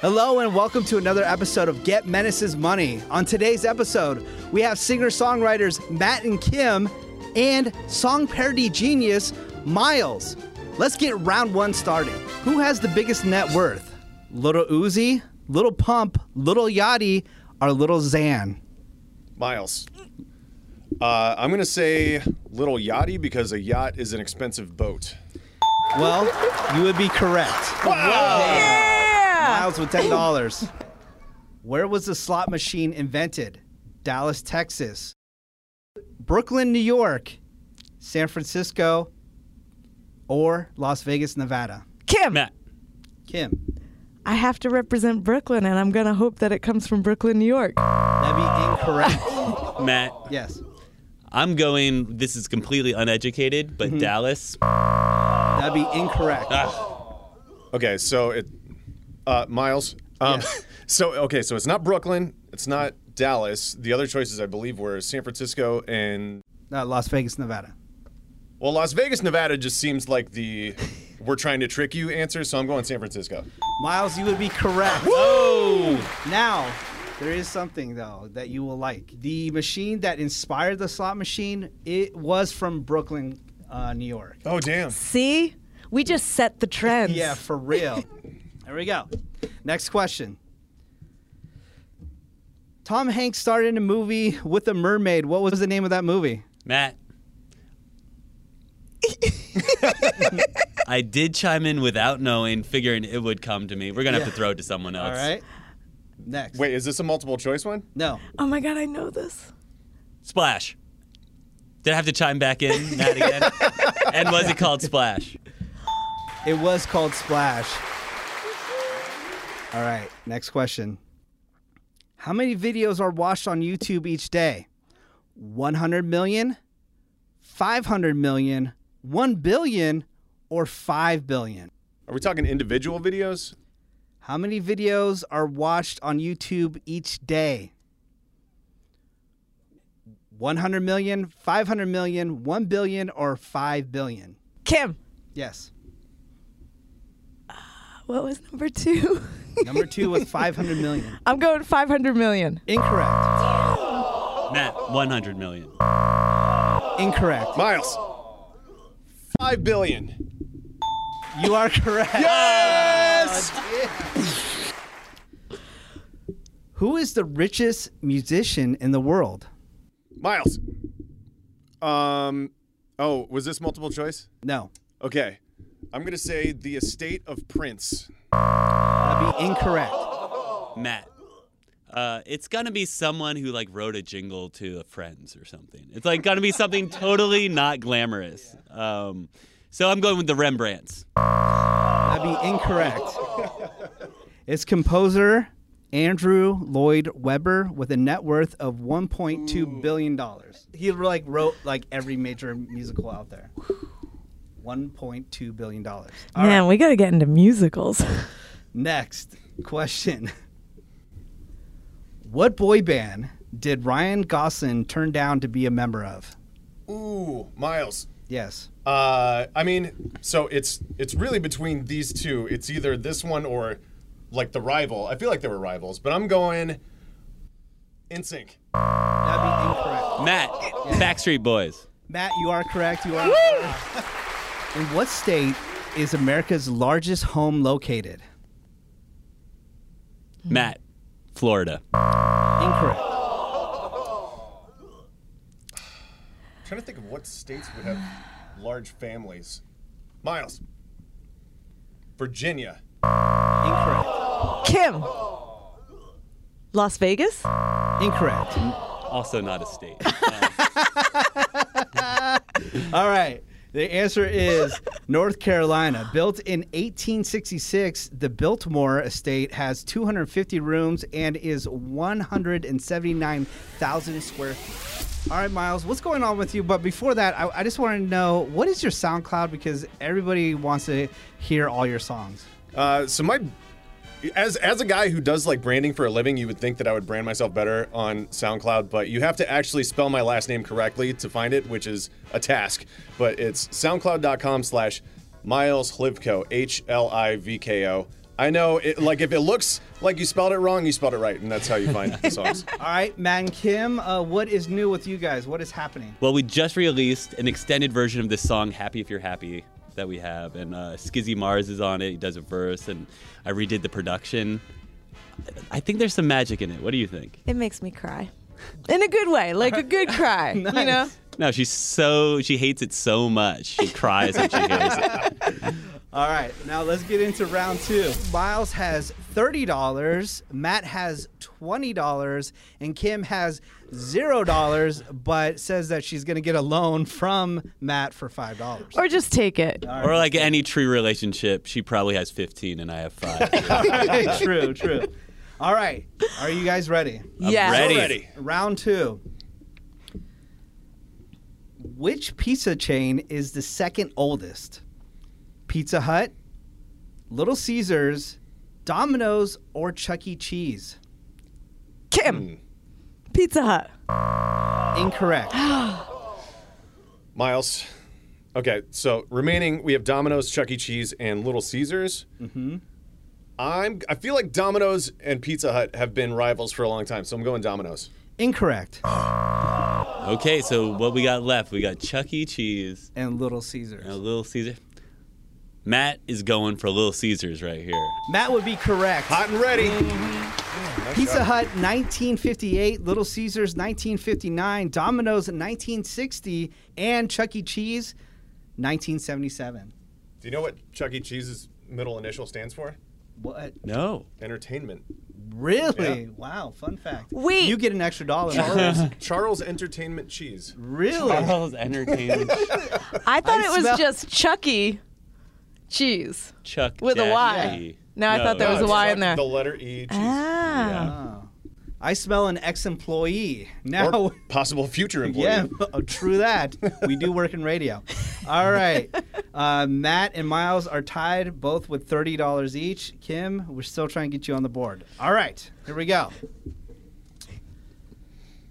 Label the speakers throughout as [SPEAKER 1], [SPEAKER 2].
[SPEAKER 1] Hello and welcome to another episode of Get Menace's Money. On today's episode, we have singer-songwriters Matt and Kim and song parody genius Miles. Let's get round one started. Who has the biggest net worth? Little Uzi, Little Pump, Little Yachty, or Little Xan?
[SPEAKER 2] Miles. Uh, I'm gonna say little yachty because a yacht is an expensive boat.
[SPEAKER 1] Well, you would be correct. Miles with ten dollars. Where was the slot machine invented? Dallas, Texas. Brooklyn, New York. San Francisco. Or Las Vegas, Nevada.
[SPEAKER 3] Kim.
[SPEAKER 4] Matt.
[SPEAKER 1] Kim,
[SPEAKER 3] I have to represent Brooklyn, and I'm gonna hope that it comes from Brooklyn, New York.
[SPEAKER 1] that'd be incorrect.
[SPEAKER 4] Matt.
[SPEAKER 1] yes,
[SPEAKER 4] I'm going. This is completely uneducated, but
[SPEAKER 1] Mm-hmm.
[SPEAKER 4] Dallas. Ah,
[SPEAKER 1] that'd be incorrect.
[SPEAKER 2] Okay, so it, uh, Miles. Um,
[SPEAKER 1] Yes.
[SPEAKER 2] So okay, so it's not Brooklyn. It's not Dallas. The other choices I believe were San Francisco and
[SPEAKER 1] Uh, Las Vegas, Nevada.
[SPEAKER 2] well, Las Vegas, Nevada. Just seems like the we're trying to trick you answer. So I'm going San Francisco.
[SPEAKER 1] Miles, you would be correct.
[SPEAKER 4] Oh.
[SPEAKER 1] Now, there is something though that you will like. The machine that inspired the slot machine, it was from Brooklyn, uh, New York.
[SPEAKER 2] Oh damn.
[SPEAKER 3] See, we just set the trends.
[SPEAKER 1] Yeah, for real. there we go. Next question. Tom Hanks starred in a movie with a mermaid. What was the name of that movie?
[SPEAKER 4] Matt. I did chime in without knowing, figuring it would come to me. We're gonna have
[SPEAKER 1] Yeah.
[SPEAKER 4] to throw it to someone else.
[SPEAKER 1] All right. Next.
[SPEAKER 2] Wait, is this a multiple choice one?
[SPEAKER 1] No.
[SPEAKER 3] Oh my God, I know this.
[SPEAKER 4] Splash. Did I have to chime back in, Matt again? and was it called Splash?
[SPEAKER 1] It was called Splash. All right. Next question. How many videos are watched on YouTube each day? 100 million, 500 million, 1 billion, or 5 billion?
[SPEAKER 2] Are we talking individual videos?
[SPEAKER 1] How many videos are watched on YouTube each day? 100 million, 500 million, 1 billion, or 5 billion?
[SPEAKER 3] Kim.
[SPEAKER 1] Yes.
[SPEAKER 3] What was number two?
[SPEAKER 1] Number two was 500 million.
[SPEAKER 3] I'm going 500 million.
[SPEAKER 1] Incorrect.
[SPEAKER 4] Matt, 100 million.
[SPEAKER 1] Incorrect.
[SPEAKER 2] Miles. Five billion.
[SPEAKER 1] You are correct.
[SPEAKER 2] Yes.
[SPEAKER 1] Who is the richest musician in the world?
[SPEAKER 2] Miles. Um. Oh, was this multiple choice?
[SPEAKER 1] No.
[SPEAKER 2] Okay. I'm going to say the estate of Prince.
[SPEAKER 1] That'd be incorrect.
[SPEAKER 4] Matt. Uh, it's gonna be someone who like wrote a jingle to a Friends or something. It's like gonna be something totally not glamorous. Um, so I'm going with the Rembrandts.
[SPEAKER 1] That'd be incorrect. it's composer Andrew Lloyd Webber with a net worth of 1.2 billion dollars. He like wrote like every major musical out there. 1.2 billion dollars. All right,
[SPEAKER 3] Man, we gotta get into musicals.
[SPEAKER 1] next question. What boy band did Ryan Gosling turn down to be a member of?
[SPEAKER 2] Ooh, Miles.
[SPEAKER 1] Yes.
[SPEAKER 2] Uh, I mean, so it's it's really between these two. It's either this one or like the rival. I feel like they were rivals, but I'm going in sync.
[SPEAKER 1] That'd be incorrect.
[SPEAKER 4] Matt, Backstreet Boys.
[SPEAKER 1] Matt, you are correct. You are. In what state is America's largest home located?
[SPEAKER 4] Matt, Florida.
[SPEAKER 1] Incorrect.
[SPEAKER 2] I'm trying to think of what states would have large families. Miles. Virginia.
[SPEAKER 1] Incorrect.
[SPEAKER 3] Kim. Las Vegas?
[SPEAKER 1] Incorrect.
[SPEAKER 4] Also not a state.
[SPEAKER 1] All right. The answer is North Carolina. Built in 1866, the Biltmore estate has 250 rooms and is 179,000 square feet. All right, Miles, what's going on with you? But before that, I, I just want to know what is your SoundCloud because everybody wants to hear all your songs.
[SPEAKER 2] Uh, so my as as a guy who does like branding for a living, you would think that I would brand myself better on SoundCloud, but you have to actually spell my last name correctly to find it, which is a task. But it's soundcloud.com slash Miles Hlivko, H L I V K O. I know, it, like, if it looks like you spelled it wrong, you spelled it right, and that's how you find the songs.
[SPEAKER 1] All right, Matt and Kim, uh, what is new with you guys? What is happening?
[SPEAKER 4] Well, we just released an extended version of this song, Happy If You're Happy, that we have. And uh, Skizzy Mars is on it. He does a verse, and I redid the production. I think there's some magic in it. What do you think?
[SPEAKER 3] It makes me cry. In a good way, like a good cry, you know?
[SPEAKER 1] Nice.
[SPEAKER 4] No, she's so, she hates it so much. She cries when she hears it.
[SPEAKER 1] All right, now let's get into round two. Miles has $30, Matt has $20, and Kim has $0, but says that she's going to get a loan from Matt for $5.
[SPEAKER 3] Or just take it.
[SPEAKER 4] Or like any true relationship, she probably has 15 and I have five.
[SPEAKER 1] true, true. All right, are you guys ready?
[SPEAKER 3] yeah.
[SPEAKER 4] ready.
[SPEAKER 2] Ready.
[SPEAKER 1] Round two. Which pizza chain is the second oldest? Pizza Hut, Little Caesars, Domino's, or Chuck E. Cheese? Mm.
[SPEAKER 3] Kim. Pizza Hut.
[SPEAKER 1] Incorrect.
[SPEAKER 2] Miles. Okay, so remaining, we have Domino's, Chuck E. Cheese, and Little Caesars. Mm-hmm. I'm. I feel like Domino's and Pizza Hut have been rivals for a long time, so I'm going Domino's.
[SPEAKER 1] Incorrect.
[SPEAKER 4] Okay, so what we got left? We got Chuck E. Cheese
[SPEAKER 1] And Little
[SPEAKER 4] and a
[SPEAKER 1] Caesars.
[SPEAKER 4] Little Caesar. Matt is going for Little Caesars right here.
[SPEAKER 1] Matt would be correct.
[SPEAKER 2] Hot and ready.
[SPEAKER 1] Pizza Hut 1958, Little Caesars 1959, Domino's 1960, and Chuck E. Cheese 1977.
[SPEAKER 2] Do you know what Chuck E. Cheese's middle initial stands for?
[SPEAKER 1] What?
[SPEAKER 4] No.
[SPEAKER 2] Entertainment.
[SPEAKER 1] Really? Wow, fun fact.
[SPEAKER 3] Wait.
[SPEAKER 1] You get an extra dollar.
[SPEAKER 2] Charles, Charles Entertainment Cheese.
[SPEAKER 1] really?
[SPEAKER 4] entertainment.
[SPEAKER 3] I thought
[SPEAKER 1] I
[SPEAKER 3] it was
[SPEAKER 1] smell-
[SPEAKER 3] just Chucky cheese.
[SPEAKER 4] Chuck
[SPEAKER 3] With a
[SPEAKER 4] Jack
[SPEAKER 3] Y.
[SPEAKER 4] E.
[SPEAKER 3] No, I thought there
[SPEAKER 2] No,
[SPEAKER 3] was a
[SPEAKER 2] it's
[SPEAKER 3] Y
[SPEAKER 2] like
[SPEAKER 3] in there.
[SPEAKER 2] The letter E. Cheese.
[SPEAKER 3] Ah.
[SPEAKER 1] Oh. I smell an ex employee. Now.
[SPEAKER 2] Or possible future employee.
[SPEAKER 1] Yeah, oh, true that. We do work in radio. All right. Uh, Matt and Miles are tied, both with $30 each. Kim, we're still trying to get you on the board. All right, here we go.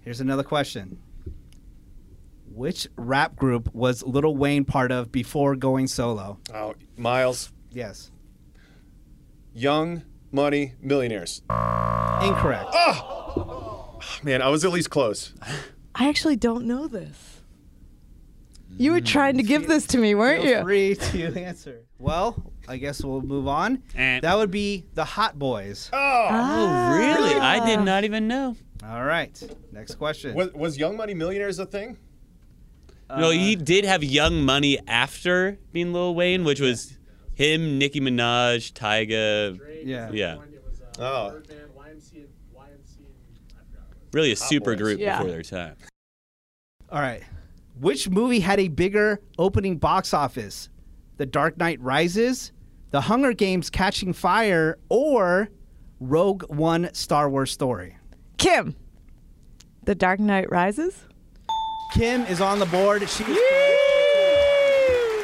[SPEAKER 1] Here's another question Which rap group was Little Wayne part of before going solo?
[SPEAKER 2] Oh, Miles,
[SPEAKER 1] Yes.
[SPEAKER 2] young, money, millionaires.
[SPEAKER 1] Incorrect.
[SPEAKER 2] Man, I was at least close.
[SPEAKER 3] I actually don't know this. You were trying to give this to me, weren't
[SPEAKER 1] Feel
[SPEAKER 3] you?
[SPEAKER 1] free to answer. Well, I guess we'll move on.
[SPEAKER 4] Eh.
[SPEAKER 1] That would be the Hot Boys.
[SPEAKER 3] Ah.
[SPEAKER 4] Oh, really? I did not even know.
[SPEAKER 1] All right. Next question.
[SPEAKER 2] Was, Oh, was Young Money Millionaires a thing?
[SPEAKER 4] no, he did have Young Money after being Lil Wayne, which was him, Nicki Minaj, Tyga.
[SPEAKER 1] Yeah.
[SPEAKER 4] Yeah.
[SPEAKER 2] Oh.
[SPEAKER 4] Really a super
[SPEAKER 2] Boys.
[SPEAKER 4] group
[SPEAKER 3] Yeah.
[SPEAKER 4] before their time.
[SPEAKER 1] All right. Which movie had a bigger opening box office? The Dark Knight Rises, The Hunger Games Catching Fire, or Rogue One Star Wars Story?
[SPEAKER 3] Kim. The Dark Knight Rises?
[SPEAKER 1] Kim is on the board. She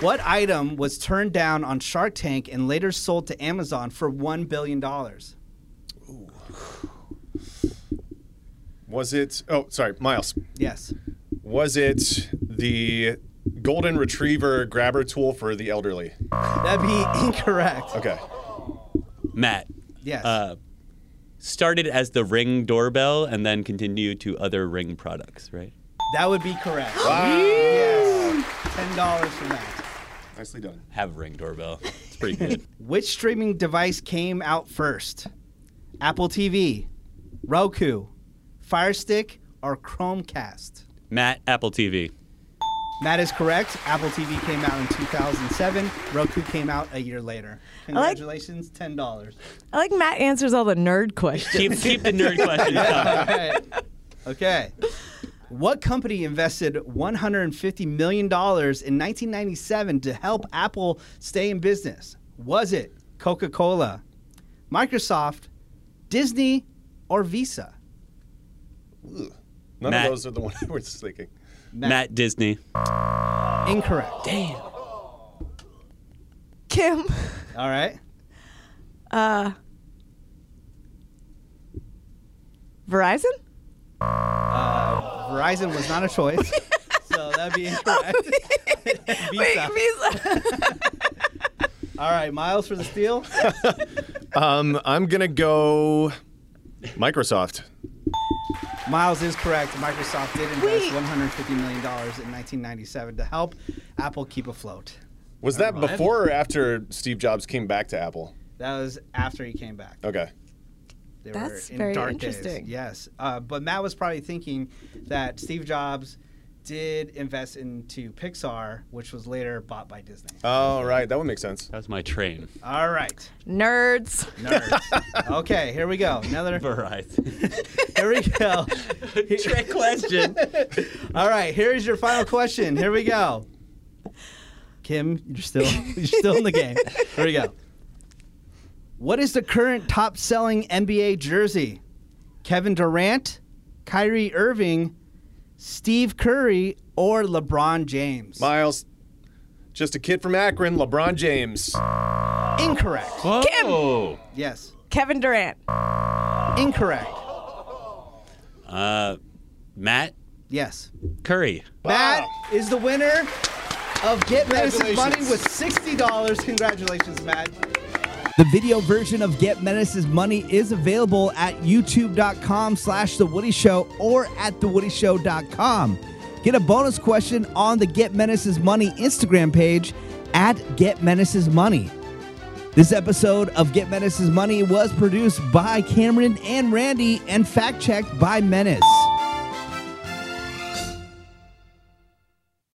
[SPEAKER 1] What item was turned down on Shark Tank and later sold to Amazon for $1 billion?
[SPEAKER 2] Was it? Oh, sorry, Miles.
[SPEAKER 1] Yes.
[SPEAKER 2] Was it the golden retriever grabber tool for the elderly?
[SPEAKER 1] That'd be incorrect.
[SPEAKER 2] Okay.
[SPEAKER 4] Matt
[SPEAKER 1] Yes.
[SPEAKER 4] uh, started as the Ring doorbell and then continued to other Ring products, right?
[SPEAKER 1] that would be correct.
[SPEAKER 2] Wow.
[SPEAKER 1] Yes. $10 for that.
[SPEAKER 2] Nicely done.
[SPEAKER 4] Have a Ring doorbell. It's pretty good.
[SPEAKER 1] Which streaming device came out first? Apple TV, Roku, Fire Stick, or Chromecast?
[SPEAKER 4] Matt, Apple TV.
[SPEAKER 1] Matt is correct. Apple TV came out in 2007. Roku came out a year later.
[SPEAKER 3] like-
[SPEAKER 1] Congratulations, ten dollars.
[SPEAKER 3] I like Matt answers all the nerd questions.
[SPEAKER 4] Keep, keep the nerd questions coming.
[SPEAKER 1] All right. Okay. What company invested 150 million dollars in 1997 to help Apple stay in business? Was it Coca-Cola, Microsoft, Disney, or Visa?
[SPEAKER 2] None
[SPEAKER 4] Matt.
[SPEAKER 2] of those are the one I was thinking.
[SPEAKER 4] Matt Disney.
[SPEAKER 1] Incorrect.
[SPEAKER 4] Damn.
[SPEAKER 3] Kim.
[SPEAKER 1] All right.
[SPEAKER 3] Uh, Verizon?
[SPEAKER 1] Verizon was not a choice. so that'd be incorrect.
[SPEAKER 3] Wait, Visa.
[SPEAKER 1] All right, Miles for the steal.
[SPEAKER 2] Um, I'm gonna go Microsoft.
[SPEAKER 1] Miles is correct. Microsoft did invest
[SPEAKER 3] Wait.
[SPEAKER 1] $150 million in 1997 to help Apple keep afloat.
[SPEAKER 2] Was that before or after Steve Jobs came back to Apple?
[SPEAKER 1] That was after he came back.
[SPEAKER 2] Okay.
[SPEAKER 1] They
[SPEAKER 3] That's
[SPEAKER 1] in
[SPEAKER 3] very
[SPEAKER 1] dark days.
[SPEAKER 3] interesting.
[SPEAKER 1] Yes, uh, but Matt was probably thinking that Steve Jobs did invest into Pixar, which was later bought by Disney.
[SPEAKER 2] All right, that would make sense.
[SPEAKER 4] That was my train.
[SPEAKER 1] All right,
[SPEAKER 3] Nerds.
[SPEAKER 1] nerds. okay, here we go. Another.
[SPEAKER 4] Verizon.
[SPEAKER 1] Here we go.
[SPEAKER 4] Trick question.
[SPEAKER 1] All right, here is your final question. Here we go. Kim, you're still you're still in the game. Here we go. What is the current top-selling NBA jersey? Kevin Durant, Kyrie Irving, Steve Curry, or LeBron James?
[SPEAKER 2] Miles, just a kid from Akron, LeBron James.
[SPEAKER 1] Incorrect.
[SPEAKER 4] Whoa.
[SPEAKER 1] Yes.
[SPEAKER 3] Kevin Durant.
[SPEAKER 1] Incorrect.
[SPEAKER 4] Uh, Matt
[SPEAKER 1] Yes.
[SPEAKER 4] Curry.
[SPEAKER 1] Matt is the winner of Get Menace's Money
[SPEAKER 2] Congratulations.
[SPEAKER 1] with $60. Congratulations, Matt. The video version of Get Menace's Money is available at youtube.com slash The Woody Show or at TheWoodyShow.com. Get a bonus question on the Get Menace's Money Instagram page at Get Menace's Money. This episode of Get Menace's Money was produced by Cameron and Randy and fact checked by Menace.